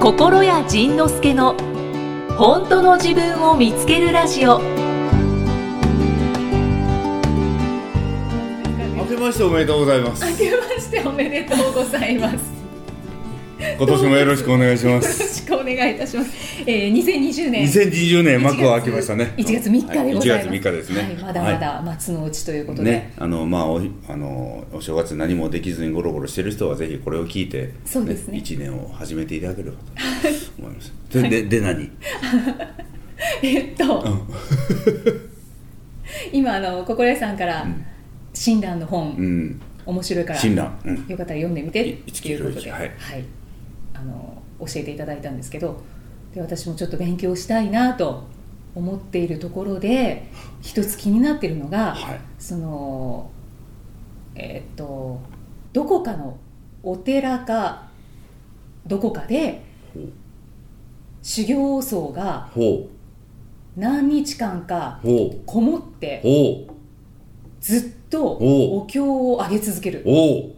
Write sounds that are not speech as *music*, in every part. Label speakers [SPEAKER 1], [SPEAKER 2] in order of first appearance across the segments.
[SPEAKER 1] 心谷仁之助の本当の自分を見つけるラジオ
[SPEAKER 2] 明けましておめでとうございます
[SPEAKER 3] 明けましておめでとうございます
[SPEAKER 2] 今年もよろしくお願いしま
[SPEAKER 3] よろ
[SPEAKER 2] す
[SPEAKER 3] しくお願いいたします、えー、2020年
[SPEAKER 2] 2020年幕を開けましたね
[SPEAKER 3] 1月3日でございます、
[SPEAKER 2] はい1月3日ですね
[SPEAKER 3] はい、まだまだ松の内ということで、
[SPEAKER 2] ね、あのまあおあのお正月何もできずにゴロゴロしてる人はぜひこれを聞いて、
[SPEAKER 3] そうですね
[SPEAKER 2] 1年を始めていただければと思いますででで何
[SPEAKER 3] えっと、今あの心屋さんから親鸞の本、
[SPEAKER 2] うん
[SPEAKER 3] 面白いから
[SPEAKER 2] 親鸞うん
[SPEAKER 3] よかったら読んでみてっていうこと
[SPEAKER 2] 一木ひろゆき
[SPEAKER 3] で、
[SPEAKER 2] はい
[SPEAKER 3] あの教えていただいたんですけどで私もちょっと勉強したいなと思っているところで一つ気になってるのが、
[SPEAKER 2] はい
[SPEAKER 3] そのえーっとどこかのお寺かどこかで
[SPEAKER 2] ほう
[SPEAKER 3] 修行僧が
[SPEAKER 2] ほ
[SPEAKER 3] 何日間か
[SPEAKER 2] うほう
[SPEAKER 3] こもって
[SPEAKER 2] ほう
[SPEAKER 3] ずっと
[SPEAKER 2] お
[SPEAKER 3] お経を上げ続けるっ
[SPEAKER 2] ほ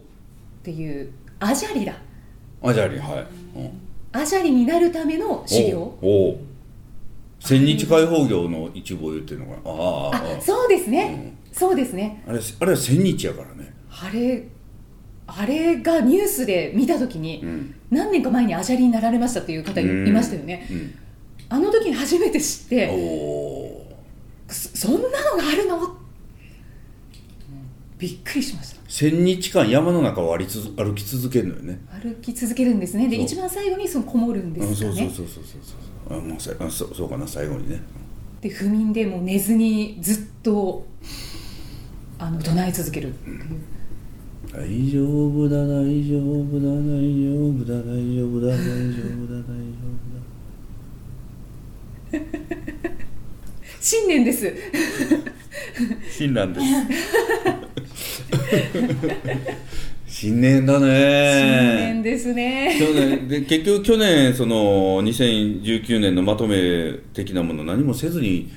[SPEAKER 3] ていうアジャリだ
[SPEAKER 2] うあじゃありはい、うん
[SPEAKER 3] アジャリになるための修行
[SPEAKER 2] おお千日開放業の一部を言ってるのかなあああ
[SPEAKER 3] あ
[SPEAKER 2] あ
[SPEAKER 3] そうですね、そうですね
[SPEAKER 2] あれあれは千日やからね
[SPEAKER 3] あれあれがニュースで見た時に、
[SPEAKER 2] うん
[SPEAKER 3] 何年か前にアジャリになられましたっていう方い
[SPEAKER 2] うん
[SPEAKER 3] いましたよね、
[SPEAKER 2] うん
[SPEAKER 3] あの時に初めて知っ
[SPEAKER 2] お
[SPEAKER 3] て
[SPEAKER 2] お
[SPEAKER 3] そそんなのがあるのうんびっくりしました
[SPEAKER 2] 千日間山の中を歩き続歩き続けるのよね
[SPEAKER 3] 歩き続けるんですねで
[SPEAKER 2] そう
[SPEAKER 3] 一番最後にそのこもるんで
[SPEAKER 2] うん
[SPEAKER 3] す
[SPEAKER 2] そ
[SPEAKER 3] か
[SPEAKER 2] うそう
[SPEAKER 3] ね
[SPEAKER 2] そうそうそうそうあもうさあそうそうかな最後にね
[SPEAKER 3] で不眠でもう寝ずにずっとあの唱え続けるっていう、
[SPEAKER 2] 大丈夫だ大丈夫だ大丈夫だ大丈夫だ大丈夫だ大丈夫だ
[SPEAKER 3] 新年です
[SPEAKER 2] 新蘭です *laughs* 新年だね
[SPEAKER 3] 新年ですね
[SPEAKER 2] 去年で結局去年その2019年のまとめ的なもの何もせずに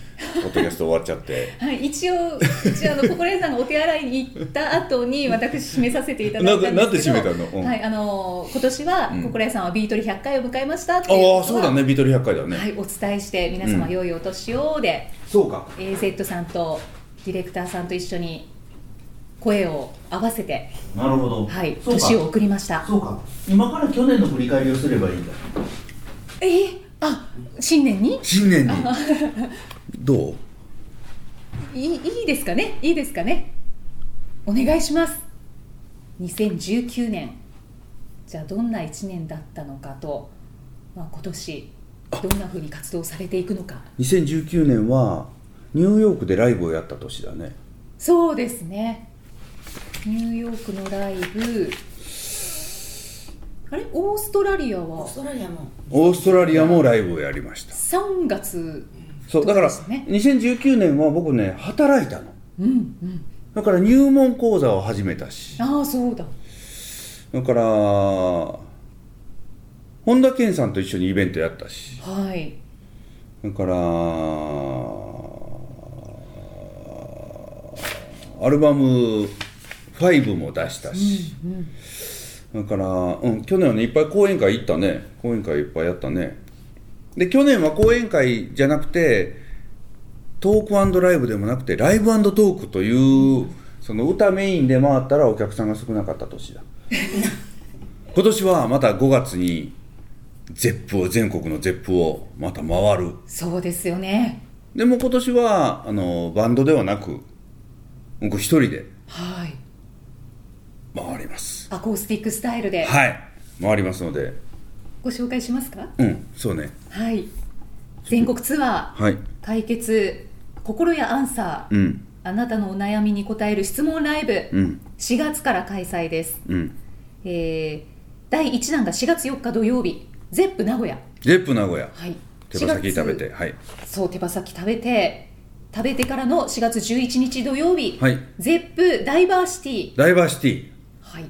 [SPEAKER 2] ポッドキャスト終わっちゃって
[SPEAKER 3] はい、一応、一応あの、心屋さんがお手洗いに行った後
[SPEAKER 2] *laughs*
[SPEAKER 3] に、私締めさせていただいたんですけど。
[SPEAKER 2] なんかなんで締めたのうん
[SPEAKER 3] はい、あの、今年は
[SPEAKER 2] うん
[SPEAKER 3] 心屋さんはビートル100回を迎えましたっていう
[SPEAKER 2] ああ
[SPEAKER 3] こと
[SPEAKER 2] そう
[SPEAKER 3] *laughs* は
[SPEAKER 2] だねビートル100回だよね、
[SPEAKER 3] はい、お伝えして、皆様
[SPEAKER 2] うん
[SPEAKER 3] 良いお年をで、
[SPEAKER 2] そうか
[SPEAKER 3] AZ さんとディレクターさんと一緒に。声を合わせて、
[SPEAKER 4] なるほど。
[SPEAKER 3] はい、
[SPEAKER 4] そうか
[SPEAKER 3] 年を送りました。
[SPEAKER 4] そうか。今から去年の振り返りをすればいいんだ。
[SPEAKER 3] えーあ、新年に。*laughs*
[SPEAKER 2] 新年にどう
[SPEAKER 3] いい、いいですかね、いいですかね。お願いします。2019年。じゃあ、どんな1年だったのかと。まあ、今年。どんなふうに活動されていくのか。
[SPEAKER 2] 2019年はニューヨークでライブをやった年だね
[SPEAKER 3] そうですね。ニューヨークのライブ。あれ、オーストラリアは
[SPEAKER 5] オーストラリアも
[SPEAKER 2] オーストラリアもライブをやりました
[SPEAKER 3] 3月。
[SPEAKER 2] そうだから
[SPEAKER 3] そうですね
[SPEAKER 2] 2019年は僕ね働いたの
[SPEAKER 3] うん、うん。
[SPEAKER 2] だから入門講座を始めたし
[SPEAKER 3] ああ、そうだ。
[SPEAKER 2] だから本田健さんと一緒にイベントやったし
[SPEAKER 3] はい。
[SPEAKER 2] だからアルバム5も出したし、だから、うん、去年はねいっぱい講演会行ったね講演会いっぱいやったねで去年は講演会じゃなくてトークライブでもなくてライブトークというその歌メインで回ったらお客さんが少なかった年だ今年はまた5月にゼップを全国のゼップをまた回る
[SPEAKER 3] そうですよね。
[SPEAKER 2] でも今年はあのバンドではなく僕一人で
[SPEAKER 3] はい。
[SPEAKER 2] 回ります
[SPEAKER 3] アコースティックスタイルで。
[SPEAKER 2] はい回りますので
[SPEAKER 3] ご紹介しますか。
[SPEAKER 2] うんそうね
[SPEAKER 3] はい。全国ツアー、
[SPEAKER 2] はい
[SPEAKER 3] 解決、心やアンサー、
[SPEAKER 2] うん
[SPEAKER 3] あなたのお悩みに答える質問ライブ、
[SPEAKER 2] うん
[SPEAKER 3] 4月から開催です。
[SPEAKER 2] うん
[SPEAKER 3] えー第1弾が4月4日土曜日、ゼップ名古屋。
[SPEAKER 2] ゼップ名古屋
[SPEAKER 3] はい。
[SPEAKER 2] 手羽先
[SPEAKER 3] 4月
[SPEAKER 2] 食べて。はい
[SPEAKER 3] そう、手羽先食べて、食べてからの4月11日土曜日、
[SPEAKER 2] はい
[SPEAKER 3] ゼップダイバーシティ。
[SPEAKER 2] ダイバーシティ
[SPEAKER 3] はい。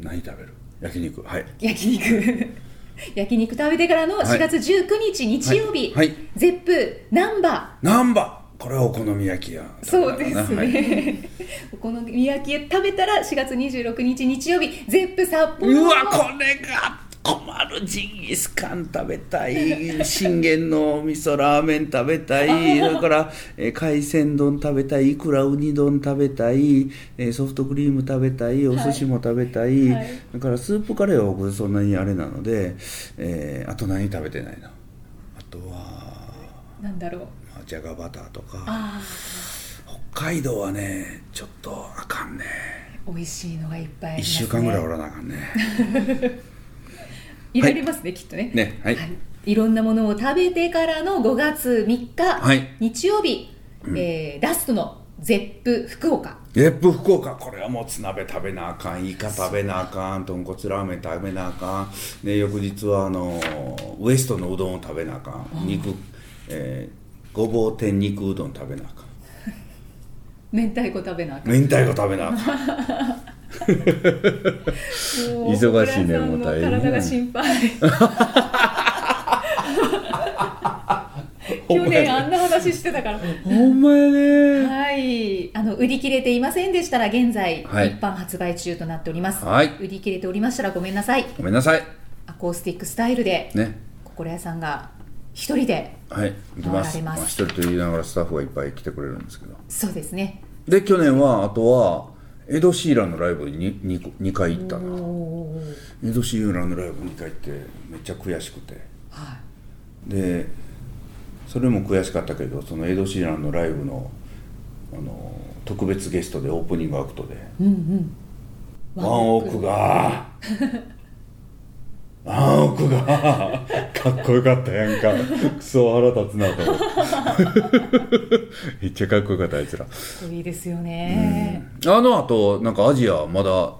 [SPEAKER 2] 何食べる焼肉はい
[SPEAKER 3] 焼肉 *laughs* 焼肉食べてからの4月19日日曜日、
[SPEAKER 2] はいはい
[SPEAKER 3] ゼップナンバー。
[SPEAKER 2] 難波これはお好み焼きや
[SPEAKER 3] そうですね、
[SPEAKER 2] はい
[SPEAKER 3] お好み焼き食べたら4月26日日曜日ゼップ札幌
[SPEAKER 2] うわこれが困るジンギスカン食べたい信玄の味噌ラーメン食べたいそれから、えー海鮮丼食べたいいくらウニ丼食べたい、えーソフトクリーム食べたいお寿司も食べたい、
[SPEAKER 3] はい
[SPEAKER 2] だからスープカレーは僕そんなにあれなので、えーあと何食べてないのあとは、
[SPEAKER 3] なんだろう
[SPEAKER 2] まあ、じゃがバターとか
[SPEAKER 3] あ
[SPEAKER 2] 北海道はねちょっとあかんね
[SPEAKER 3] ー美味しいのがいっぱいあり
[SPEAKER 2] 1
[SPEAKER 3] ます、ね、
[SPEAKER 2] 週間ぐらいおらなあかんね
[SPEAKER 3] いられますね、きっとね
[SPEAKER 2] ねはい
[SPEAKER 3] いろんなものを食べてからの5月3日、
[SPEAKER 2] はい
[SPEAKER 3] 日曜日、えーラストのゼップ福岡
[SPEAKER 2] ゲップ福岡これはもうつ鍋食べなあかんイカ食べなあかん豚骨ラーメン食べなあかん、ね、翌日はあのーウエストのうどんを食べなあかん肉、えーごぼう天肉うどん食べなあかん
[SPEAKER 3] 明太子食べなあかん
[SPEAKER 2] 明太子食べなあかん忙しいねもう大変
[SPEAKER 3] 小倉さんの体が心
[SPEAKER 2] *laughs*
[SPEAKER 3] 配去年あんな話してたから
[SPEAKER 2] ほんまやね
[SPEAKER 3] はい、あの売り切れていませんでしたら現在、
[SPEAKER 2] はい
[SPEAKER 3] 一般発売中となっております、
[SPEAKER 2] はい
[SPEAKER 3] 売り切れておりましたらごめんなさい
[SPEAKER 2] ごめんなさい
[SPEAKER 3] アコースティックスタイルで、
[SPEAKER 2] ね
[SPEAKER 3] 心屋さんが一人で
[SPEAKER 2] はい行きます
[SPEAKER 3] 回られます
[SPEAKER 2] まあ、一人と言いながらスタッフがいっぱい来てくれるんですけど
[SPEAKER 3] そうですね
[SPEAKER 2] で去年はあとはエド・シーランのライブに 2, 回行ったな
[SPEAKER 3] おー
[SPEAKER 2] エド・シーランのライブ2回行ってめっちゃ悔しくて
[SPEAKER 3] は
[SPEAKER 2] でそれも悔しかったけどそのエド・シーランのライブのあの特別ゲストでオープニングアクトで
[SPEAKER 3] い、うんうん
[SPEAKER 2] 「ワンオークがワンオークがかっこよかったやんかクソ腹立つな」と思って *laughs* めっちゃかっこよかったあいつら
[SPEAKER 3] かっこいいですよね、
[SPEAKER 2] あのあとんかアジアまだ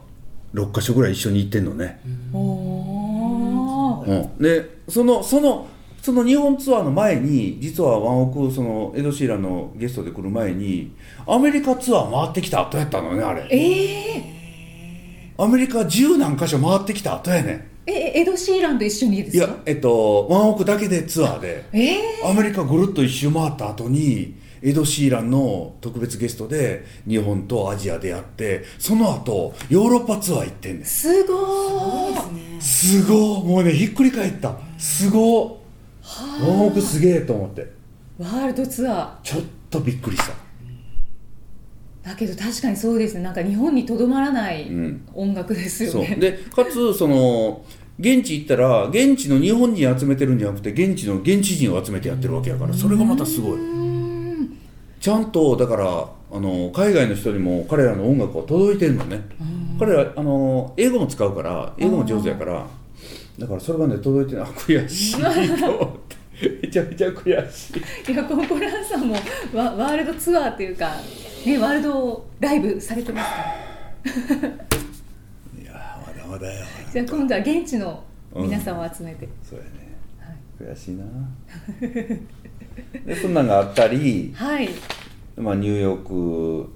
[SPEAKER 2] 6か所ぐらい一緒に行ってんのね、
[SPEAKER 3] おお
[SPEAKER 2] うん、でそのそのその日本ツアーの前に実はワンオクそのエド・シーランのゲストで来る前にアメリカツアー回ってきた後やったのねあれ
[SPEAKER 3] えー、
[SPEAKER 2] アメリカ十何箇所回ってきた後やね
[SPEAKER 3] えエド・シーランと一緒にで
[SPEAKER 2] んい
[SPEAKER 3] すか
[SPEAKER 2] やえっとワンオクだけでツアーで
[SPEAKER 3] えー、
[SPEAKER 2] アメリカぐるっと一周回った後にエド・シーランの特別ゲストで日本とアジアでやってその後ヨーロッパツアー行ってんです
[SPEAKER 3] すごー
[SPEAKER 2] すごいもうねひっくり返ったすごいワンオクすげえと思って
[SPEAKER 3] ワールドツア
[SPEAKER 2] ちょっとびっくりした
[SPEAKER 3] ーだけど確かにそうですねなんか日本にとどまらない
[SPEAKER 2] うん
[SPEAKER 3] 音楽ですよ
[SPEAKER 2] そう
[SPEAKER 3] ね、
[SPEAKER 2] でかつその現地行ったら現地の日本人集めてるんじゃなくて現地の現地人を集めてやってるわけやからそれがまたすごいちゃんとだからあの海外の人にも彼らの音楽は届いてるのね彼らあの英語も使うから英語も上手やからだからそれがね届いてないあ悔しいと思って *laughs* めちゃめちゃ悔しい
[SPEAKER 3] いやコンポランさんもワワールドツアーっていうか、ね、ワールドライブされてますから
[SPEAKER 2] いやーまだまだや
[SPEAKER 3] じゃあ今度は現地の皆さんを集めて、
[SPEAKER 2] そうやね
[SPEAKER 3] はい
[SPEAKER 2] 悔しいなでそんなんがあったり、
[SPEAKER 3] はい、
[SPEAKER 2] まあ、ニューヨーク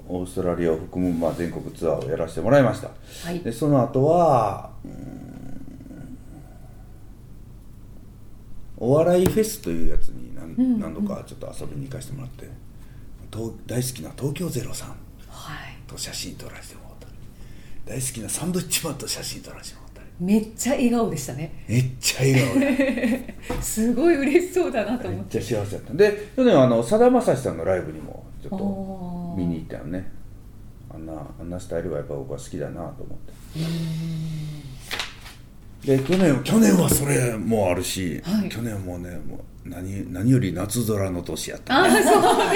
[SPEAKER 2] オーストラリアを含む、まあ、全国ツアーをやらせてもらいました
[SPEAKER 3] はい
[SPEAKER 2] でその後はうーんお笑いフェスというやつに何,、
[SPEAKER 3] ん
[SPEAKER 2] 何度かちょっと遊びに行かせてもらって東大好きな東京ゼロさん
[SPEAKER 3] はい、
[SPEAKER 2] と写真撮らせてもらったり大好きなサンドイッチマンと写真撮らせてもらったり
[SPEAKER 3] めっちゃ笑顔でしたね
[SPEAKER 2] めっちゃ笑顔で。
[SPEAKER 3] すごい嬉しそうだなと
[SPEAKER 2] め
[SPEAKER 3] 思っ
[SPEAKER 2] ってちゃ幸せだったで去年はあのさだまさしさんのライブにもちょっ
[SPEAKER 3] お
[SPEAKER 2] と
[SPEAKER 3] ー
[SPEAKER 2] 見に行ったよねあんなあんなスタイルがやっぱ僕は好きだなと思ってで去年去年はそれもあるし、
[SPEAKER 3] はい
[SPEAKER 2] 去年もねもう何何より夏空の年やった
[SPEAKER 3] ああそう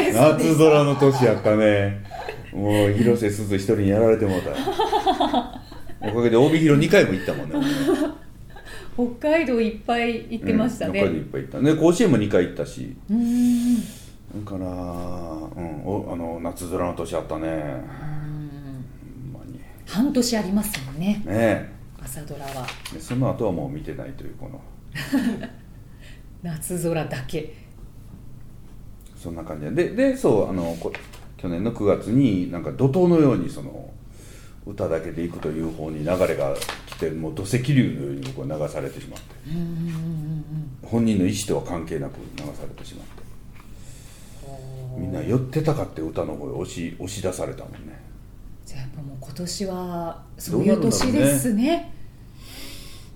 [SPEAKER 3] です
[SPEAKER 2] 夏空の年やったねもう広瀬すず一人にやられても
[SPEAKER 3] *laughs*
[SPEAKER 2] うたおかげで帯広2回も行ったもんね俺ね
[SPEAKER 3] 北海道いっぱい *laughs* 行ってましたね、
[SPEAKER 2] う
[SPEAKER 3] うん
[SPEAKER 2] 北海道いっぱい行ったね甲子園も2回行ったし
[SPEAKER 3] ーん
[SPEAKER 2] だから、うん、おあの夏空の年あったねほんまにね
[SPEAKER 3] 半年ありますもんね
[SPEAKER 2] え
[SPEAKER 3] 朝ドラは
[SPEAKER 2] でその後はもう見てないというこの
[SPEAKER 3] 夏空だけ
[SPEAKER 2] そんな感じでででそうあのこ去年の9月になんか怒涛のようにその歌だけでいくという方に流れが来てもう土石流のように僕は流されてしまって
[SPEAKER 3] うんうんうん
[SPEAKER 2] 本人の意思とは関係なく流されてしまって
[SPEAKER 3] うん
[SPEAKER 2] みんな寄ってたかって歌の方へ押し押し出されたもんね
[SPEAKER 3] じゃあやっぱもう今年はそういう年ですね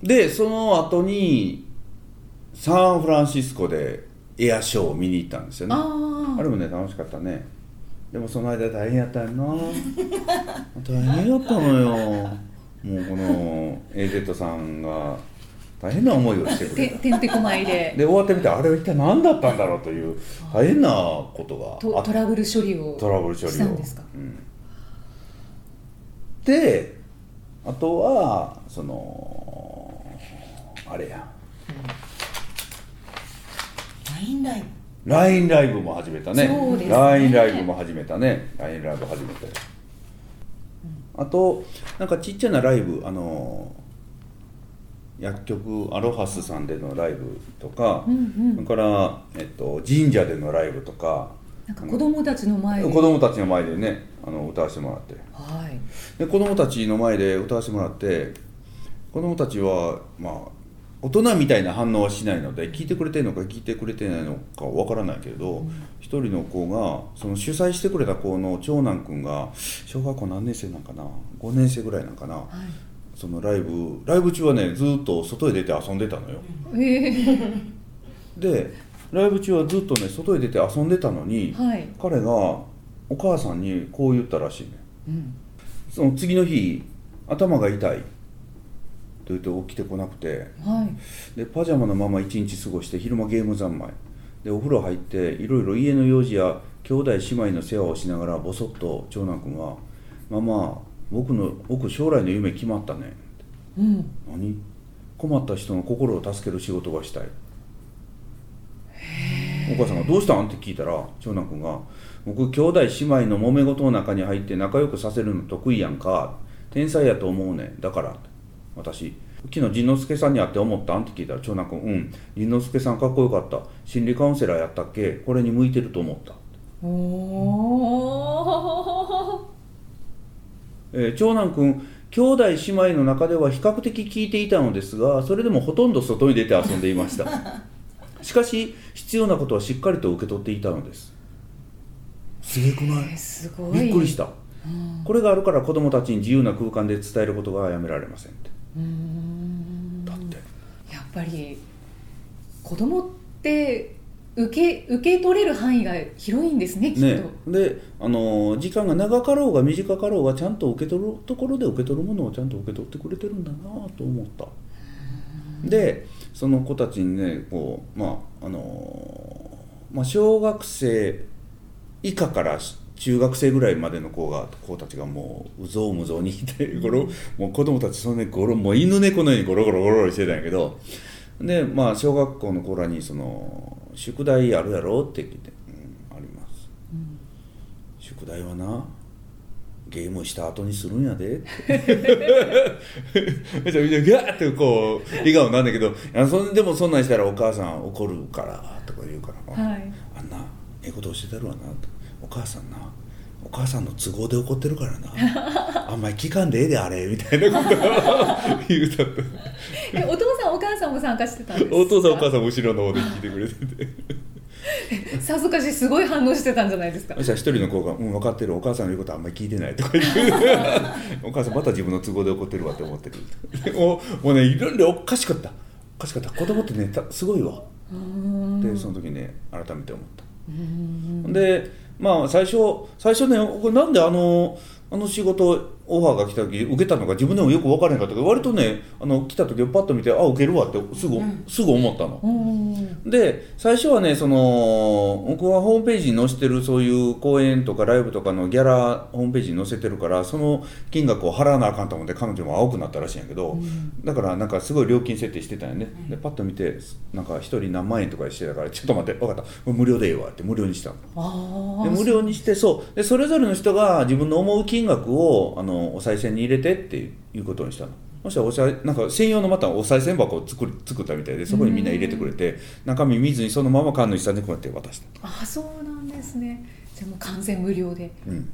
[SPEAKER 2] でその後にサンフランシスコでエアショーを見に行ったんですよねあ
[SPEAKER 3] あ
[SPEAKER 2] れもね楽しかったねでもその間大変やったよな *laughs* 大変やったのよもうこの AZ さんが大変な思いをして
[SPEAKER 3] あ
[SPEAKER 2] く
[SPEAKER 3] て
[SPEAKER 2] れた
[SPEAKER 3] てんてこまいで
[SPEAKER 2] *laughs* で終わってみてあれは一体何だったんだろうという大変なことがあ
[SPEAKER 3] と
[SPEAKER 2] っ
[SPEAKER 3] トラブル処理を
[SPEAKER 2] トラブル処理を
[SPEAKER 3] したんですか
[SPEAKER 2] うんであとはそのあれや
[SPEAKER 5] ラインライブ
[SPEAKER 2] LINE ライブも始めたね
[SPEAKER 3] そうですね
[SPEAKER 2] LINE ライブも始めたね LINE ライブ始めたよ、あとなんかちっちゃなライブあの薬局アロハスさんでのライブとか、
[SPEAKER 3] うんうん
[SPEAKER 2] それから、えっと、神社でのライブとか
[SPEAKER 3] なんか子供たちの前で
[SPEAKER 2] 子供たちの前でねあの歌わせてもらって
[SPEAKER 3] はい
[SPEAKER 2] で子供たちの前で歌わせてもらって子供たちはまあ大人みたいな反応はしないので聞いてくれてるのか聞いてくれてないのかわからないけれど一、人の子がその主催してくれた子の長男くんが小学校何年生なんかな5年生ぐらいなんかな
[SPEAKER 3] は
[SPEAKER 2] そのライブライブ中はねずっと外へ出て遊んでたのよ
[SPEAKER 3] いえ
[SPEAKER 2] でライブ中はずっとね外へ出て遊んでたのに、
[SPEAKER 3] ー、はい、
[SPEAKER 2] 彼がお母さんにこう言ったらしいね
[SPEAKER 3] うん、
[SPEAKER 2] その次の日頭が痛いと言って起きてこなくて
[SPEAKER 3] はい
[SPEAKER 2] でパジャマのまま一日過ごして昼間ゲーム三昧でお風呂入っていろいろ家の用事や兄弟姉妹の世話をしながらぼそっと長男君は「ママ僕の僕将来の夢決まったね」
[SPEAKER 3] うん
[SPEAKER 2] 何困った人の心を助ける仕事がしたいお母さんが「どうしたん?」って聞いたら長男君が「僕兄弟姉妹の揉め事の中に入って仲良くさせるの得意やんか天才やと思うねんだから」私昨日仁之助さんに会って思ったんって聞いたら長男君「うん仁之助さんかっこよかった心理カウンセラーやったっけこれに向いてると思った」
[SPEAKER 3] おお
[SPEAKER 2] えー長男くん兄弟姉妹の中では比較的聞いていたのですがそれでもほとんど外に出て遊んでいました
[SPEAKER 3] *laughs*
[SPEAKER 2] しかし必要なことはしっかりと受け取っていたのですすげえくな
[SPEAKER 3] ーすごい
[SPEAKER 2] びっくりしたこれがあるから子供たちに自由な空間で伝えることがやめられませんって
[SPEAKER 3] うーん
[SPEAKER 2] だって
[SPEAKER 3] やっぱり子供って受け受け取れる範囲が広いんですねきっと、
[SPEAKER 2] ねで、あのー時間が長かろうが短かろうがちゃんと受け取るところで受け取るものをちゃんと受け取ってくれてるんだなと思ったでその子たちにねこうまああのーまあ、小学生以下から中学生ぐらいまでの子が子たちがもううぞうむぞうにいてゴロもう子供たちそのねゴロもう犬猫のようにゴロゴロゴロゴロしてたんやけどでまあ小学校の子らにその「宿題あるやろ?」って聞いて「うんあります」宿題はなゲームした後にするんやで」 *laughs* めちゃみんなガーってこう笑顔なんだけどいやそんでもそんなんしたらお母さん怒るからとか言うから、
[SPEAKER 3] はい
[SPEAKER 2] あんなええこと教えてるわなとお母さんなお母さんの都合で怒ってるから
[SPEAKER 3] *laughs*
[SPEAKER 2] なあんまり聞かんでええであれみたいなことを言う
[SPEAKER 3] *laughs*
[SPEAKER 2] たって
[SPEAKER 3] えお父さんお母さんも参加してたんですか
[SPEAKER 2] お父さんお母さんも後ろの方で聞いてくれてて
[SPEAKER 3] さぞかしすごい反応してたんじゃないですか
[SPEAKER 2] そしたら一人の子が「うん分かってるお母さんの言うことあんまり聞いてない」とか言う
[SPEAKER 3] *laughs*
[SPEAKER 2] お母さんまた自分の都合で怒ってるわって思ってるもうもうねいろいろおかしかったおかしかった子供ってねたすごいわ
[SPEAKER 3] うーん
[SPEAKER 2] でその時ね改めて思った
[SPEAKER 3] うーん
[SPEAKER 2] でまあ最初最初ねこれなんであのあの仕事オファーが来た時受けたのか自分でもよく分からへんかったけど割とねあの来た時パッと見てあ受けるわってすぐ,、すぐ思ったの。
[SPEAKER 3] うん
[SPEAKER 2] で最初はねその僕はホームページに載せてるそういう公演とかライブとかのギャラホームページに載せてるからその金額を払わなあかんと思って彼女も青くなったらしいんやけど、だからなんかすごい料金設定してたんやね、でパッと見てなんか1人何万円とかしてたからちょっと待って分かったこれ無料でええわって無料にしたの
[SPEAKER 3] あ
[SPEAKER 2] で
[SPEAKER 3] あ
[SPEAKER 2] 無料にしてそうでそれぞれの人が自分の思う金額をあのお賽銭に入れてっていうことにしたのそしたらおさいなんか専用のまたお賽銭箱を作り作ったみたいでそこにみんな入れてくれて中身見ずにそのまま缶の下にこうやって渡した、
[SPEAKER 3] あそうなんですねじゃあもう完全無料で
[SPEAKER 2] うん、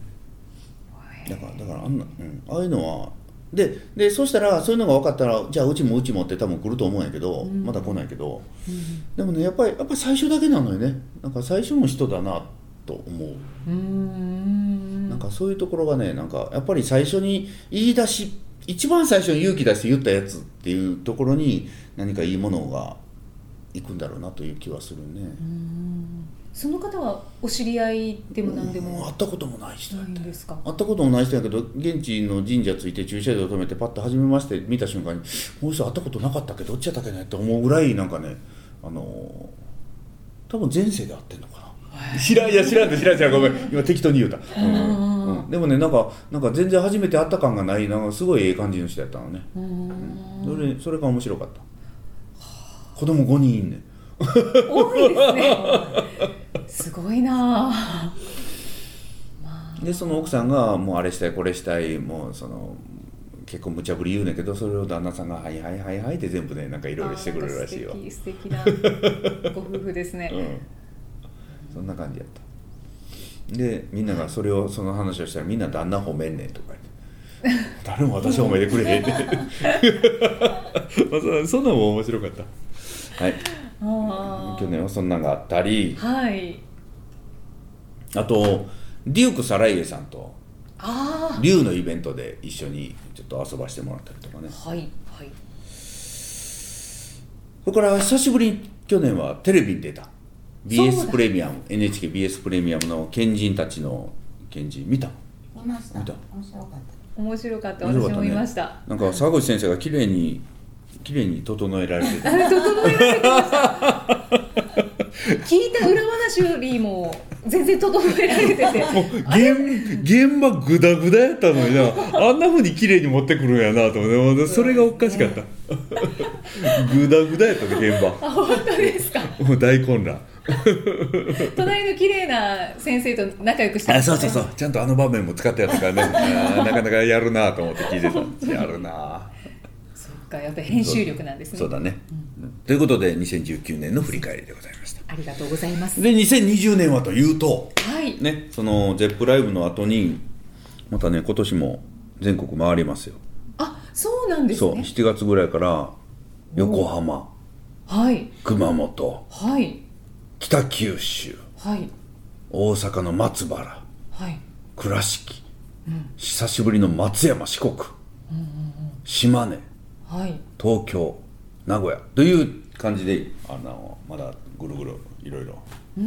[SPEAKER 2] だからだからあんな、うん、ああいうのはででそしたらそういうのが分かったらじゃあうちもうちもって多分来ると思うんやけど、
[SPEAKER 3] うん
[SPEAKER 2] まだ来ないけど
[SPEAKER 3] うん
[SPEAKER 2] でもねやっぱりやっぱり最初だけなのよねなんか最初の人だなと思う
[SPEAKER 3] うーん
[SPEAKER 2] なんかそういうところがねなんかやっぱり最初に言い出しっ一番最初に勇気出して言ったやつっていうところに何かいいものがいくんだろうなという気はするね、
[SPEAKER 3] その方はお知り合いでも何で
[SPEAKER 2] うん会
[SPEAKER 3] も
[SPEAKER 2] ったこともない人
[SPEAKER 3] な
[SPEAKER 2] だ
[SPEAKER 3] い
[SPEAKER 2] っ
[SPEAKER 3] ん
[SPEAKER 2] て
[SPEAKER 3] ですか
[SPEAKER 2] 会ったこともない人やけど現地の神社ついて駐車場止めてパッと初めまして見た瞬間にこの人会ったことなかったけどどっちやったっけねって思うぐらいなんかねあのー多分前世で会ってんのかな知らんいや知らんで知らん知らんごめん今適当に言うた、うん
[SPEAKER 3] うん
[SPEAKER 2] うんでもねなんかなんか全然初めて会った感がないなんかすごいええ感じの人やったのね
[SPEAKER 3] うー
[SPEAKER 2] そ
[SPEAKER 3] ん
[SPEAKER 2] れそれが面白かった子供5人いんねん
[SPEAKER 3] 多いですねすごいなあ
[SPEAKER 2] でその奥さんがもうあれしたいこれしたいもうその結構無茶ぶり言うねんけどそれを旦那さんが「はいはいはいはい」って全部ねなんかいろいろしてくれるらしいよ
[SPEAKER 3] あ、ー素敵素敵なご夫婦ですね、
[SPEAKER 2] うん、そんな感じやったでみんながそれをその話をしたらみんな旦那褒めんねんと
[SPEAKER 3] *laughs*
[SPEAKER 2] か言って誰も私褒めてくれへんねんまあそそんなんも面白かったはい
[SPEAKER 3] あ
[SPEAKER 2] 去年はそんなんがあったり
[SPEAKER 3] あはい
[SPEAKER 2] あとデューク・サライエさんと
[SPEAKER 3] あ
[SPEAKER 2] 竜のイベントで一緒にちょっと遊ばしてもらったりとかね
[SPEAKER 3] あはいはい
[SPEAKER 2] それから久しぶりに去年はテレビに出た
[SPEAKER 3] そう
[SPEAKER 2] BS
[SPEAKER 3] だ
[SPEAKER 2] プレミアム NHKBS プレミアムの賢人たちの賢人見た
[SPEAKER 5] 見ました
[SPEAKER 2] 見た
[SPEAKER 5] 面白かった
[SPEAKER 3] 面白かった
[SPEAKER 2] 面白
[SPEAKER 3] 私
[SPEAKER 2] かったね
[SPEAKER 3] も見ました *laughs*
[SPEAKER 2] なんか沢口先生が綺麗に綺麗に整えられて
[SPEAKER 3] *laughs*
[SPEAKER 2] た *laughs*
[SPEAKER 3] 聞いた裏話よりも全然整えられてて
[SPEAKER 2] *laughs* 現現場グダグダやったのになあんなふうに綺麗に持ってくるんやなと思ってそれがおかしかったグダグダやったね
[SPEAKER 3] *laughs*
[SPEAKER 2] 現場
[SPEAKER 3] あ本当ですか
[SPEAKER 2] もう大混乱
[SPEAKER 3] 隣の綺麗な先生と仲良くして
[SPEAKER 2] あ
[SPEAKER 3] ます
[SPEAKER 2] そ
[SPEAKER 3] ね
[SPEAKER 2] うそうそうちゃんとあの場面も使ってやったからねあーなかなかやるなと思って聞いてたやるな
[SPEAKER 3] そっかやっぱり編集力なんですね
[SPEAKER 2] そうだね、ということで2019年の振り返りでございました
[SPEAKER 3] ありがとうございます
[SPEAKER 2] で2020年はというと
[SPEAKER 3] はい
[SPEAKER 2] ねその ZEP ライブの後にまたね今年も全国回りますよ
[SPEAKER 3] あそうなんです
[SPEAKER 2] そう
[SPEAKER 3] ね
[SPEAKER 2] 7月ぐらいから横浜
[SPEAKER 3] はい
[SPEAKER 2] 熊本
[SPEAKER 3] はい
[SPEAKER 2] 北九州
[SPEAKER 3] はい
[SPEAKER 2] 大阪の松原
[SPEAKER 3] はい
[SPEAKER 2] 倉敷、久しぶりの松山四国、島根
[SPEAKER 3] はい
[SPEAKER 2] 東京名古屋という感じであのまだぐるぐるいろいろ回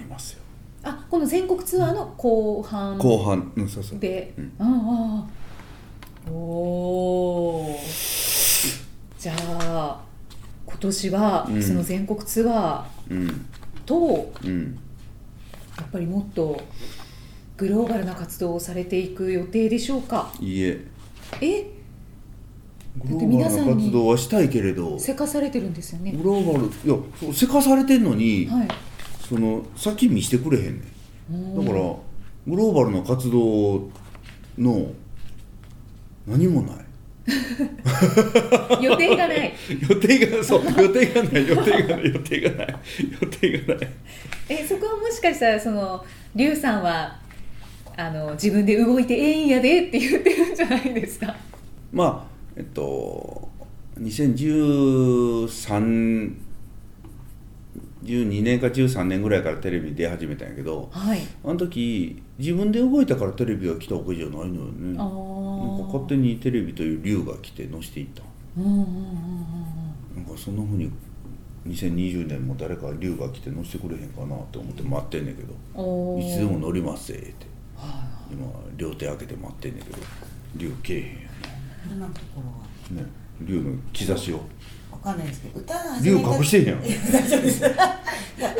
[SPEAKER 2] りますよ
[SPEAKER 3] あこの全国ツアーの後半
[SPEAKER 2] 後半、うん、そうそう
[SPEAKER 3] で、ああおーじゃあ今年は
[SPEAKER 2] うん
[SPEAKER 3] その全国ツア
[SPEAKER 2] うん
[SPEAKER 3] ーと、
[SPEAKER 2] うん
[SPEAKER 3] やっぱりもっとグローバルな活動をされていく予定でしょうか
[SPEAKER 2] いいえ
[SPEAKER 3] え
[SPEAKER 2] グロ
[SPEAKER 3] って
[SPEAKER 2] ー
[SPEAKER 3] 皆
[SPEAKER 2] バ
[SPEAKER 3] さん
[SPEAKER 2] ル
[SPEAKER 3] に
[SPEAKER 2] な活動はしたいけれど
[SPEAKER 3] せかされてるんですよね
[SPEAKER 2] グローバルいやそうせかされてんのに、
[SPEAKER 3] はい
[SPEAKER 2] その先見してくれへんねんだからグローバルな活動の何もない
[SPEAKER 3] 予定がない
[SPEAKER 2] 予定がそう予定がない予定がない予定がない予定がない
[SPEAKER 3] えそこはもしかしたらそのリュウさんはあの自分で動いてええんやでって言ってるんじゃないですか
[SPEAKER 2] まあえっと2013 12年か13年ぐらいからテレビに出始めたんやけど
[SPEAKER 3] はい
[SPEAKER 2] あの時自分で動いたからテレビが来たわけじゃないのよね
[SPEAKER 3] ああ
[SPEAKER 2] なんか勝手にテレビという竜が来てのしていった
[SPEAKER 3] うんうんうんうん
[SPEAKER 2] なんかそんなふうに2020年も誰か竜が来て乗せてくれへんかなと思って待ってんねんけど
[SPEAKER 3] うんお
[SPEAKER 2] 「い
[SPEAKER 3] ー
[SPEAKER 2] つでも乗りますぜ」って
[SPEAKER 3] は
[SPEAKER 2] 今両手開けて待ってんねんけど竜来えへん
[SPEAKER 5] 今のところは
[SPEAKER 2] やんね竜の兆しを
[SPEAKER 5] わかんないですけど歌の始
[SPEAKER 2] 竜
[SPEAKER 5] めた
[SPEAKER 2] 隠してんやん
[SPEAKER 5] いや大丈夫ですいや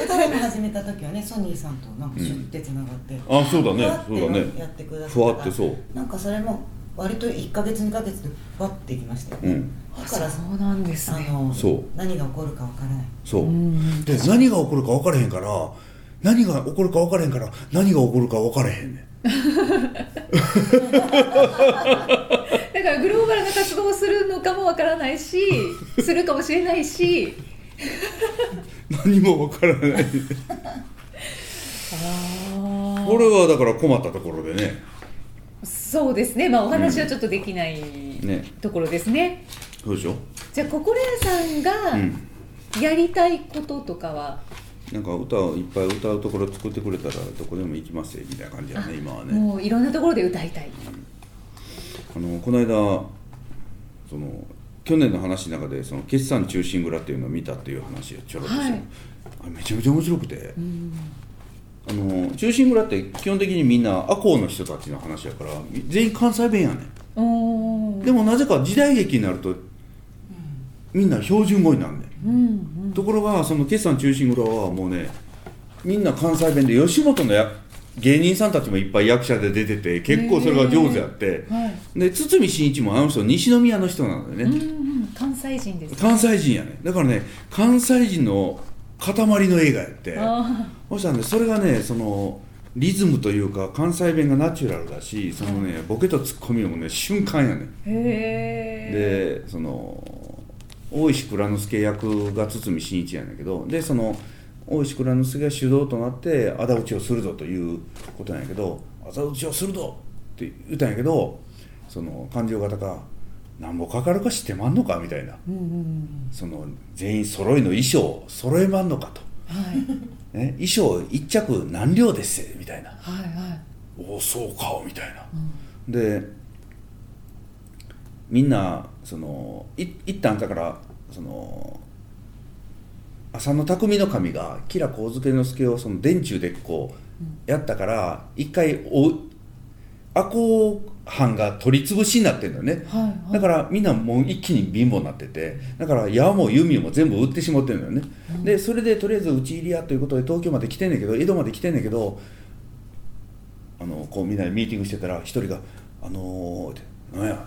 [SPEAKER 5] 歌でも始めた時はねソニーさんとなんかシュッてつながって、
[SPEAKER 2] あそうだ
[SPEAKER 5] ふ
[SPEAKER 2] ね
[SPEAKER 5] わっ
[SPEAKER 2] そうだね
[SPEAKER 5] てやってくださ
[SPEAKER 2] ふわってそう
[SPEAKER 5] なんかそれも割と1か月2か月でふわっていきましたよね、
[SPEAKER 2] うん
[SPEAKER 5] だ
[SPEAKER 3] あ
[SPEAKER 5] から
[SPEAKER 3] そうなんです
[SPEAKER 5] あ
[SPEAKER 3] ね
[SPEAKER 5] の
[SPEAKER 2] そう
[SPEAKER 5] 何が起こるかわからない
[SPEAKER 2] そう
[SPEAKER 3] うん
[SPEAKER 2] で何が起こるか分からへんから何が起こるか分からへんから何が起こるか分からへんねん
[SPEAKER 3] だからグローバルな活動をするのかもわからない
[SPEAKER 2] *laughs*
[SPEAKER 3] しするかもしれないし
[SPEAKER 2] 何も分から
[SPEAKER 5] *laughs*
[SPEAKER 2] ない
[SPEAKER 3] あ
[SPEAKER 2] これはだから困ったところでね
[SPEAKER 3] あそうですねまあお話はちょっとできない、
[SPEAKER 2] ね
[SPEAKER 3] ところですね
[SPEAKER 2] そうでしょ
[SPEAKER 3] じゃあココレアさん
[SPEAKER 2] う
[SPEAKER 3] が
[SPEAKER 2] ん
[SPEAKER 3] やりたいこととかは、
[SPEAKER 2] なんか歌をいっぱい歌うところ作ってくれたらどこでも行きますよみたいな感じやね今はね
[SPEAKER 3] もういろんなところで歌いたい
[SPEAKER 2] あのこの間その去年の話の中でその決算中心蔵っていうのを見たっていう話をちょろっとして、
[SPEAKER 3] はい
[SPEAKER 2] あれめちゃめちゃ面白くて、あの中心蔵って基本的にみんな赤穂の人たちの話やから全員関西弁やねん
[SPEAKER 3] おー
[SPEAKER 2] でもなぜか時代劇になるとみんな標準語になんねん
[SPEAKER 3] うんうん
[SPEAKER 2] ところがその決算中心蔵はもうねみんな関西弁で吉本のや芸人さんたちもいっぱい役者で出てて結構それが上手やって、
[SPEAKER 3] はい
[SPEAKER 2] で堤真一もあの人西宮の人なので
[SPEAKER 3] うんう
[SPEAKER 2] ね、
[SPEAKER 3] ん関西人です
[SPEAKER 2] 関西人やねだからね関西人の塊の映画やって
[SPEAKER 3] あ
[SPEAKER 2] そしたらねそれがねそのリズムというか関西弁がナチュラルだしそのねボケとツッコミもね瞬間やね
[SPEAKER 3] ーへえ
[SPEAKER 2] でその大石内蔵之助役が堤真一やねんけどでその大石内蔵之助が主導となって仇討ちをするぞということなんやけど仇討ちをするぞって言ったんやけどその勘定方が「なんぼかかるか知ってまんのか」みたいな
[SPEAKER 3] うんうんうん
[SPEAKER 2] その全員揃いの衣装を揃えまんのかと、
[SPEAKER 3] はい
[SPEAKER 2] ね、衣装一着何両ですせみたいな
[SPEAKER 3] はいはい
[SPEAKER 2] おおそうかみたいな、でみんなそのい一旦だからその浅野匠の神が吉良上野之助をその電柱でこうやったから一回お赤穂藩が取り潰しになってるんだよね、
[SPEAKER 3] はいはい
[SPEAKER 2] だからみんなもう一気に貧乏になっててだから矢も弓も全部売ってしまってるのよね、でそれでとりあえず討ち入りやということで東京まで来てんねんけど江戸まで来てんねんけどあのこうみんなでミーティングしてたら一人が「あのー」って「何や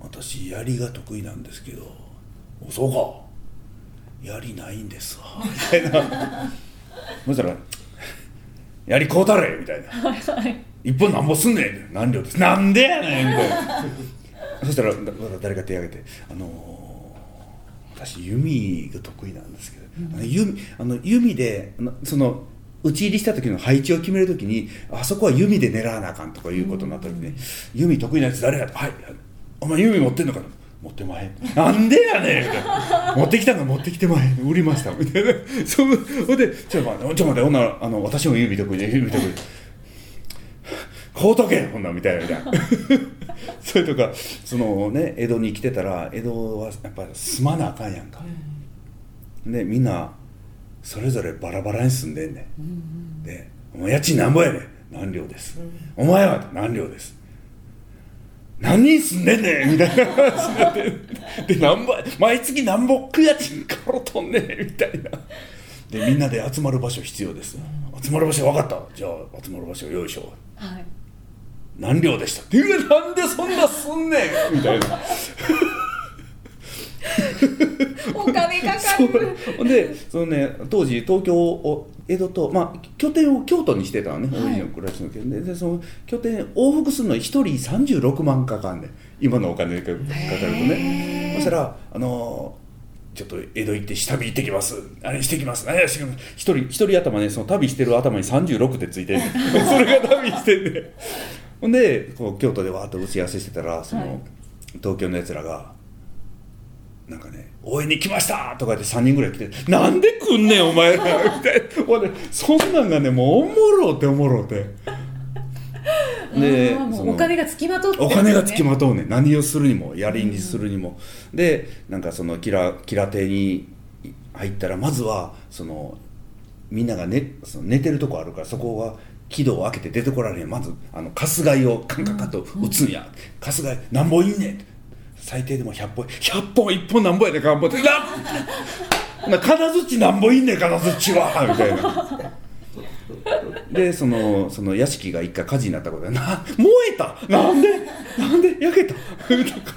[SPEAKER 2] 私槍が得意なんですけど「おそうか槍ないんですわ」みたいなそしたら「槍こうたれ」みたいな
[SPEAKER 3] はいはい
[SPEAKER 2] 一本なんぼすんねん何両ですなんでやねんみたいなそしたらだまた誰か手挙げて「あのー私弓が得意なんですけど、あの弓あの弓であのその打ち入りした時の配置を決める時にあそこは弓で狙わなあかんとかいうことになった時に、弓得意なやつ誰や?」はいお前弓持ってんのかな?」持ってまへんなんでやねんみたいな持ってきたんか持ってきてまへん売りましたみたいなそうほんで「ちょっと待ってちょっと待ってほんならあの私も弓得意で弓得意で」 *laughs* こうとけほんなんみたいなみたいな *laughs* それとかそのね江戸に来てたら江戸はやっぱり住まなあかんやんか、でみんなそれぞれバラバラに住んでんねん、で「お前家賃なんぼやねん何両です、お前は何両です」何人住んでんね *laughs* んみたいな話になってで何倍毎月何ぼ家賃からとんねんみたいなでみんなで集まる場所必要です、集まる場所分かったじゃあ集まる場所よいしょ
[SPEAKER 3] はい
[SPEAKER 2] 何両でしたっていうえなんでそんなすんねんみたいな
[SPEAKER 3] お金かか
[SPEAKER 2] そう
[SPEAKER 3] る
[SPEAKER 2] ほんでそのね当時東京を江戸と、まあ、拠点を京都にしてたのね
[SPEAKER 3] はい
[SPEAKER 2] 大井の暮らしの拠点ででその拠点往復するのに1人36万かかんねん今のお金かかるとねそしたらあのーちょっと江戸行って下見行ってきますあれしてきます何やしてきます一人一人頭ねその旅してる頭に36ってついてる
[SPEAKER 3] *laughs*
[SPEAKER 2] それが旅してんでほんでこう京都でわーっと打ち合わせしてたらその、
[SPEAKER 3] はい
[SPEAKER 2] 東京のやつらがなんかね「応援に来ました!」とか言って3人ぐらい来て「なんで来んねんお前ら」みたいなほんでそんなんがねもうおもろっておもろって
[SPEAKER 3] あーも
[SPEAKER 2] そうの
[SPEAKER 3] お金がつきまとってる
[SPEAKER 2] お
[SPEAKER 3] んですね
[SPEAKER 2] 金がつきまとうね何をするにもやりにするにも、でなんかそのキラキラ亭に入ったらまずはそのみんなが、ね、その寝てるとこあるからそこは軌道を開けて出てこられへんまずあのカスガイをカンカンカンと打つんや、カスガイなんぼいいねん最低でも100本100本1本なんぼやで頑張ってな *laughs* な金槌なんぼいいねん金槌はみたいな。でそのその屋敷が一回火事になったことでな燃えたなんでなんで焼けた *laughs* とか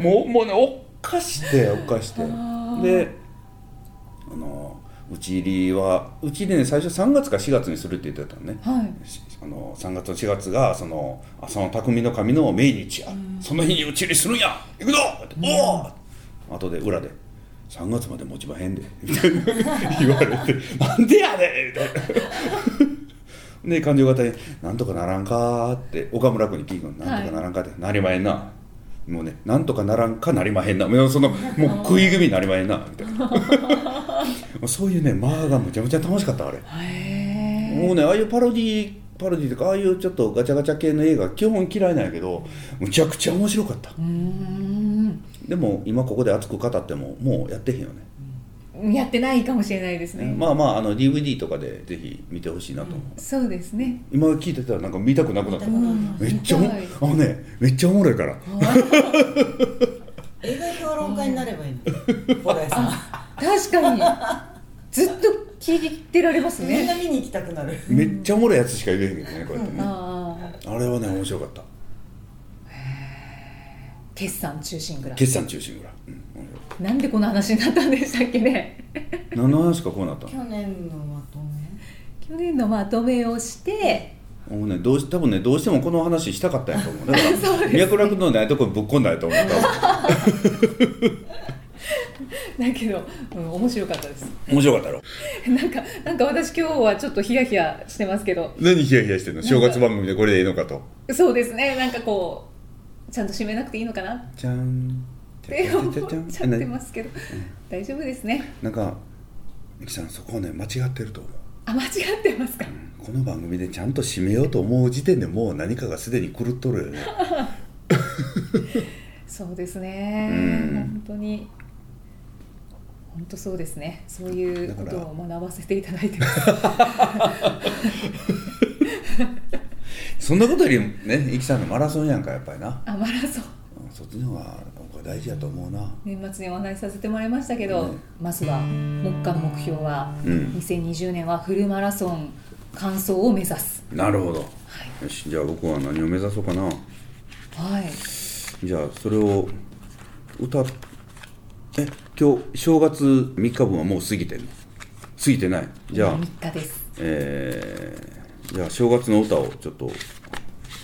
[SPEAKER 2] もうもうねおっかしておっかしてであの打ち入りは打ち入りね最初3月か4月にするって言ってたのね、
[SPEAKER 3] はい
[SPEAKER 2] しあの3月と4月がその浅野匠の神の命日や、その日に打ち入りするんや行くぞっておお後で裏で「3月まで持ち場へんで」 *laughs* みたいな言われて「なんでやねん!」みたいな。 *laughs* で勘定方に「なんとかならんか」って岡村君に聞くの「なんとかならんか」って「なりまへんな」もうね「なんとかならんかなりまへんな」もうそのもう食い組になりまへ
[SPEAKER 3] *laughs*
[SPEAKER 2] んなみたいなそういうね間がむちゃむちゃ楽しかったあれ。
[SPEAKER 3] へえ
[SPEAKER 2] もうねああいうパロディパロディとかああいうちょっとガチャガチャ系の映画基本嫌いなんやけどむちゃくちゃ面白かった
[SPEAKER 3] うーん
[SPEAKER 2] でも今ここで熱く語ってももうやってへんよね
[SPEAKER 3] やってないかもしれないですね、
[SPEAKER 2] まあまああの DVD とかでぜひ見てほしいなと思う、
[SPEAKER 3] そうですね
[SPEAKER 2] 今聞いてたらなんか見たくなくなった
[SPEAKER 5] 見うん
[SPEAKER 2] めっちゃおも
[SPEAKER 3] 見たい
[SPEAKER 2] あのねめっちゃおもろいから
[SPEAKER 5] 映画評論家になればいいのホライさん
[SPEAKER 3] 確かにずっと聞いてられます
[SPEAKER 5] みんな
[SPEAKER 3] ね
[SPEAKER 5] 見に行きたくなる
[SPEAKER 2] めっちゃおもろいやつしか言えへんけどねこうやってね、
[SPEAKER 3] ああ
[SPEAKER 2] あれはね面白かった
[SPEAKER 3] 決算中心ぐらい
[SPEAKER 2] 決算中心ぐらい、うん面
[SPEAKER 3] なんでこの話になったんでしたっけね
[SPEAKER 2] 白い何の話かこうなったの
[SPEAKER 5] 去年のまとめ
[SPEAKER 3] 去年のまとめをして
[SPEAKER 2] もうねどうし多分ねどうしてもこの話したかったんやと思うだから脈絡のないとこにぶっ込んだんやと思う多分
[SPEAKER 3] だけど、うん、面白かったです
[SPEAKER 2] 面白かったやろ
[SPEAKER 3] なんかなんか私今日はちょっとヒヤヒヤしてますけど
[SPEAKER 2] 何ヒヤヒヤしてんの正月番組でこれでいいのかと
[SPEAKER 3] そうですねなんかこうちゃんと締めなくていいのかなっ
[SPEAKER 2] じゃん
[SPEAKER 3] て思っちゃってますすけど大丈夫ですね
[SPEAKER 2] なんかミキさんそこはね間違ってると思う
[SPEAKER 3] あ間違ってますか
[SPEAKER 2] この番組でちゃんと締めようと思う時点でもう何かがすでに狂っとるよね
[SPEAKER 3] そうですね
[SPEAKER 2] うん
[SPEAKER 3] 本当に本当そうですねそういうことを学ばせていただいてます
[SPEAKER 2] *laughs* そんなことよりねイキさんのマラソンやんかやっぱりな
[SPEAKER 3] あマラソン
[SPEAKER 2] うんそっちの方が僕は大事やと思うな
[SPEAKER 3] 年末にお話しさせてもらいましたけど、
[SPEAKER 2] うん
[SPEAKER 3] まずは目下の目標は、
[SPEAKER 2] うん
[SPEAKER 3] 2020年はフルマラソン完走を目指す
[SPEAKER 2] なるほど、
[SPEAKER 3] は
[SPEAKER 2] よしじゃあ僕は何を目指そうかな
[SPEAKER 3] はい
[SPEAKER 2] じゃあそれを歌っえ今日正月3日分はもう過ぎてる過ぎてないじゃあ、
[SPEAKER 3] 3日です
[SPEAKER 2] えー、じゃあ正月の歌をちょっと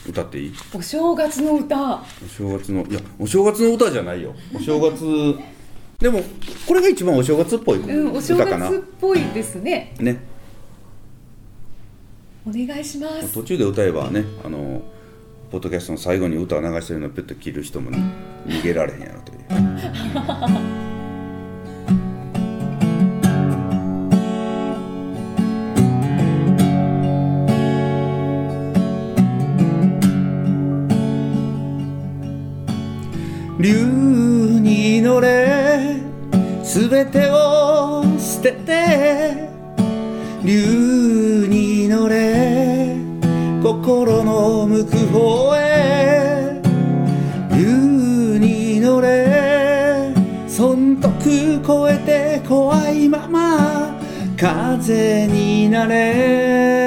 [SPEAKER 2] 歌っていい
[SPEAKER 3] お正月の歌
[SPEAKER 2] お正月のいやお正月の歌じゃないよお正月でもこれが一番お正月っぽい
[SPEAKER 3] うんお正
[SPEAKER 2] 歌かな、
[SPEAKER 3] 月っぽいですね
[SPEAKER 2] ね
[SPEAKER 3] お願いします
[SPEAKER 2] 途中で歌えばねあのポッドキャストの最後に歌を流してるのをピュッと切る人もね逃げられへんやろという。竜に乗れすべてを捨てて竜に乗れ心の向く方へ竜に乗れ損得超えて怖いまま風になれ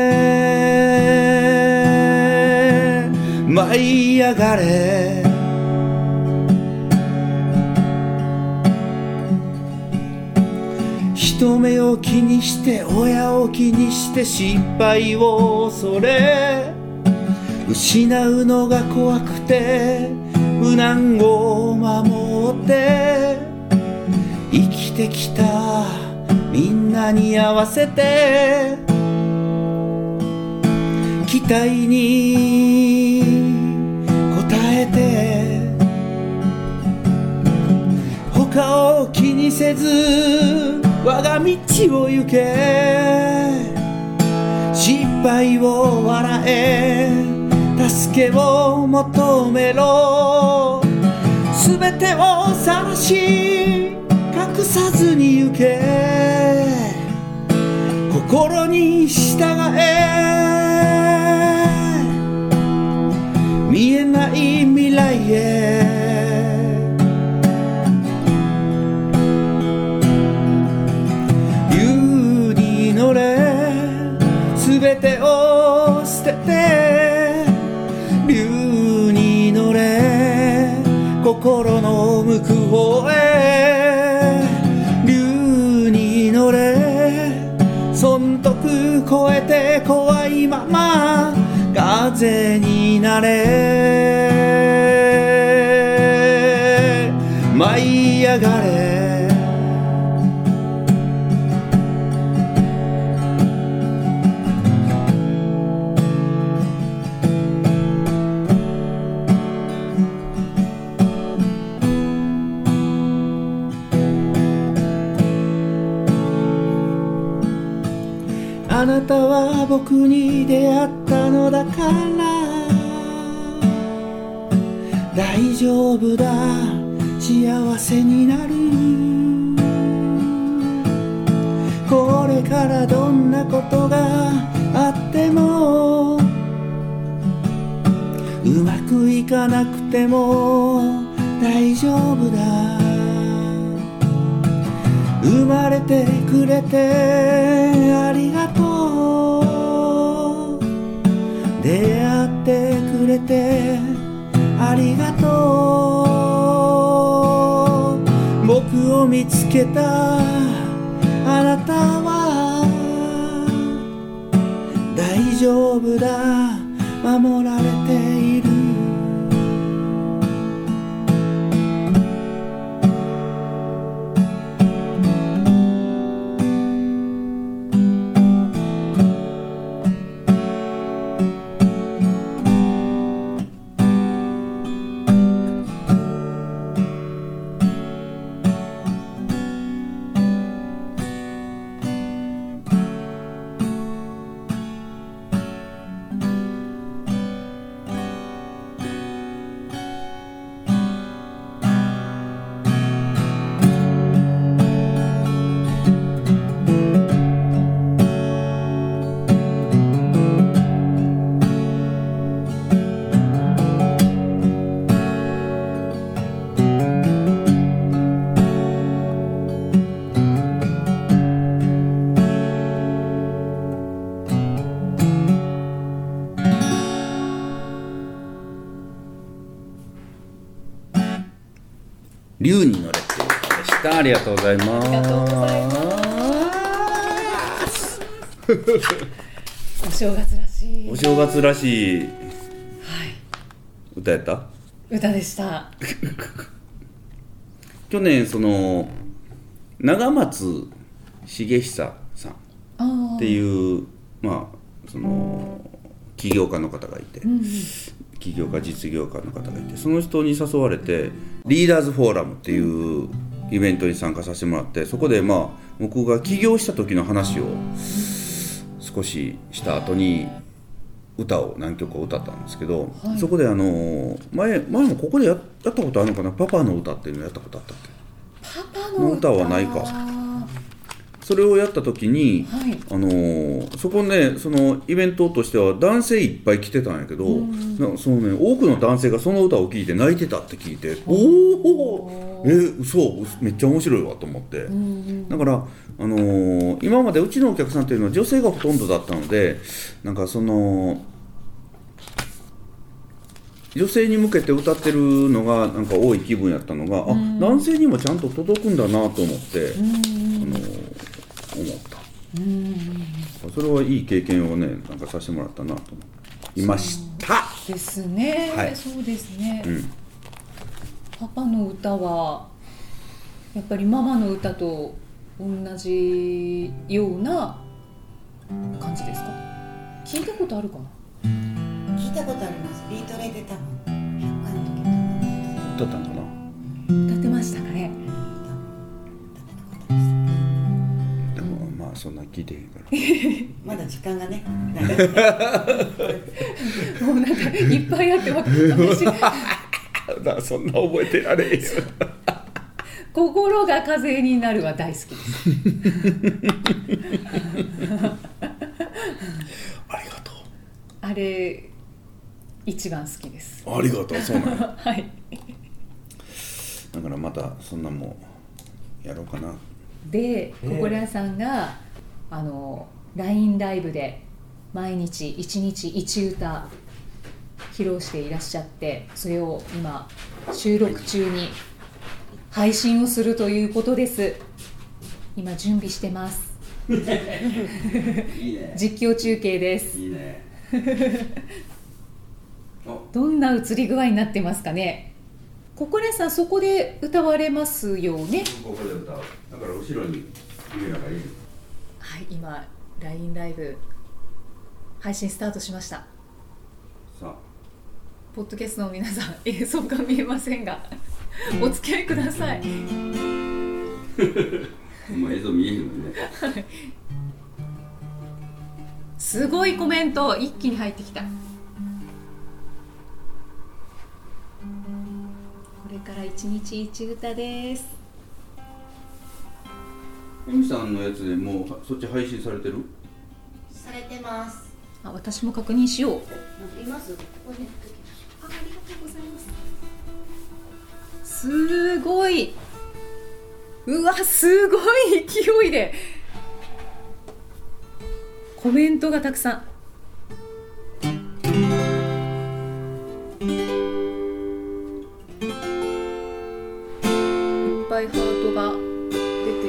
[SPEAKER 2] 舞い上がれ人目を気にして親を気にして失敗を恐れ失うのが怖くて無難を守って生きてきたみんなに合わせて期待に応えて他を気にせず我が道を行け失敗を笑え助けを求めろすべてを晒し隠さずに行け心に従え見えない未来へ竜に乗れすべてを捨てて竜に乗れ心の向く方へ竜に乗れ損得超えて怖いまま風になれ舞い上がれ明
[SPEAKER 6] あなたは僕に出会ったのだから大丈夫だ幸せになるこれからどんなことがあってもうまくいかなくても大丈夫だ生まれてくれてありがとう出会ってくれてありがとう僕を見つけたあなたは大丈夫だ守られている
[SPEAKER 2] 龍に乗れっていう歌でしたありがとうございま
[SPEAKER 3] り
[SPEAKER 2] す
[SPEAKER 3] がとうございお正月らしい
[SPEAKER 2] お正月らしい
[SPEAKER 3] はい
[SPEAKER 2] 歌やった
[SPEAKER 3] 歌でした
[SPEAKER 2] 去年その長松茂久さん
[SPEAKER 3] あ
[SPEAKER 2] っていうまあその起業家の方がいて、起業家実業家の方がいてその人に誘われてリーダーズフォーラムっていうイベントに参加させてもらってそこでまあ僕が起業した時の話を少しした後に歌を何曲か歌ったんですけど、
[SPEAKER 3] はい
[SPEAKER 2] そこであの前前もここでややったことあるのかな「パパの歌」っていうのやったことあったっけ
[SPEAKER 3] パパの歌
[SPEAKER 2] の歌はないか
[SPEAKER 3] は
[SPEAKER 2] それをやった時に、
[SPEAKER 3] い
[SPEAKER 2] あのーそこねそのイベントとしては男性いっぱい来てたんやけど、なそのね、多くの男性がその歌を聴いて泣いてたって聞いておおーえそうめっちゃ面白いわと思って、だから、あのー今までうちのお客さんというのは女性がほとんどだったのでなんかその女性に向けて歌ってるのがなんか多い気分やったのが、あ男性にもちゃんと届くんだなと思って、あのー思った。それはいい経験をねなんかさせてもらったなと思いました
[SPEAKER 3] ですね、
[SPEAKER 2] はい
[SPEAKER 3] そうですね、
[SPEAKER 2] うん
[SPEAKER 3] パパの歌はやっぱりママの歌と同じような感じですか聞いたことあるかな
[SPEAKER 5] 聞いたことありますビートレで多分100回の時とかに
[SPEAKER 2] だったのかな
[SPEAKER 3] 歌ってましたかね
[SPEAKER 2] で
[SPEAKER 5] 多分歌ってなかったです
[SPEAKER 2] もまあそんな聞いてへんから
[SPEAKER 5] まだ時間がねないですね
[SPEAKER 3] もうなんかいっぱいあってわ
[SPEAKER 2] *laughs*
[SPEAKER 3] 私
[SPEAKER 2] だからそんな覚えてられへんよ
[SPEAKER 3] 心が風になるは大好きです
[SPEAKER 2] *laughs* ありがとう
[SPEAKER 3] あれ一番好きです
[SPEAKER 2] ありがとうそうなんや
[SPEAKER 3] はい
[SPEAKER 2] だからまたそんなもんやろうかな
[SPEAKER 3] で心屋さんがあの LINE ライブで毎日一日一歌披露していらっしゃってそれを今収録中に配信をするということです今準備してます *laughs*
[SPEAKER 4] いいね
[SPEAKER 3] 実況中継です
[SPEAKER 4] いいね
[SPEAKER 3] どんな映り具合になってますかね心屋さんそこで歌われますよね
[SPEAKER 2] ここで歌うだから後ろにゆうながいる
[SPEAKER 3] はい今 LINE ライブ配信スタートしました
[SPEAKER 2] さ
[SPEAKER 3] ポッドキャストの皆さん映像が見えませんがお付き合いください
[SPEAKER 2] あお前映像見えへんのね
[SPEAKER 3] すごいコメント一気に入ってきたこれから一日一歌です
[SPEAKER 2] エミさんのやつでもうそっち配信されてる
[SPEAKER 7] されてます。
[SPEAKER 3] あ私も確認しよう
[SPEAKER 7] います。ここに。
[SPEAKER 3] あありがとうございますすごいうわすごい勢いでコメントがたくさんいっぱいハートが出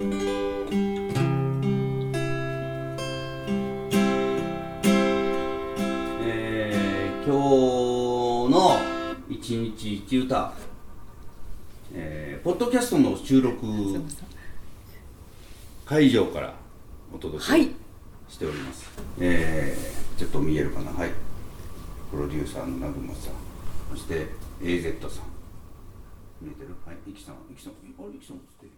[SPEAKER 3] てる
[SPEAKER 2] えー、今日の一日一歌、えー、ポッドキャストの収録会場からお届け
[SPEAKER 3] はい
[SPEAKER 2] しております、えーちょっと見えるかなはいプロデューサーの南雲さんそして AZ さん見えてるはいイキさんイキさんあれイキさん映ってる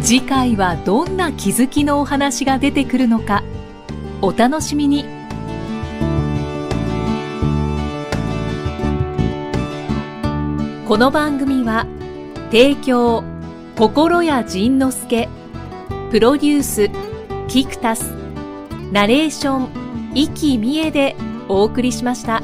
[SPEAKER 1] 次回はどんな気づきのお話が出てくるのかお楽しみにこの番組は提供心谷仁之助プロデュースキクタスナレーション生きみえでお送りしました。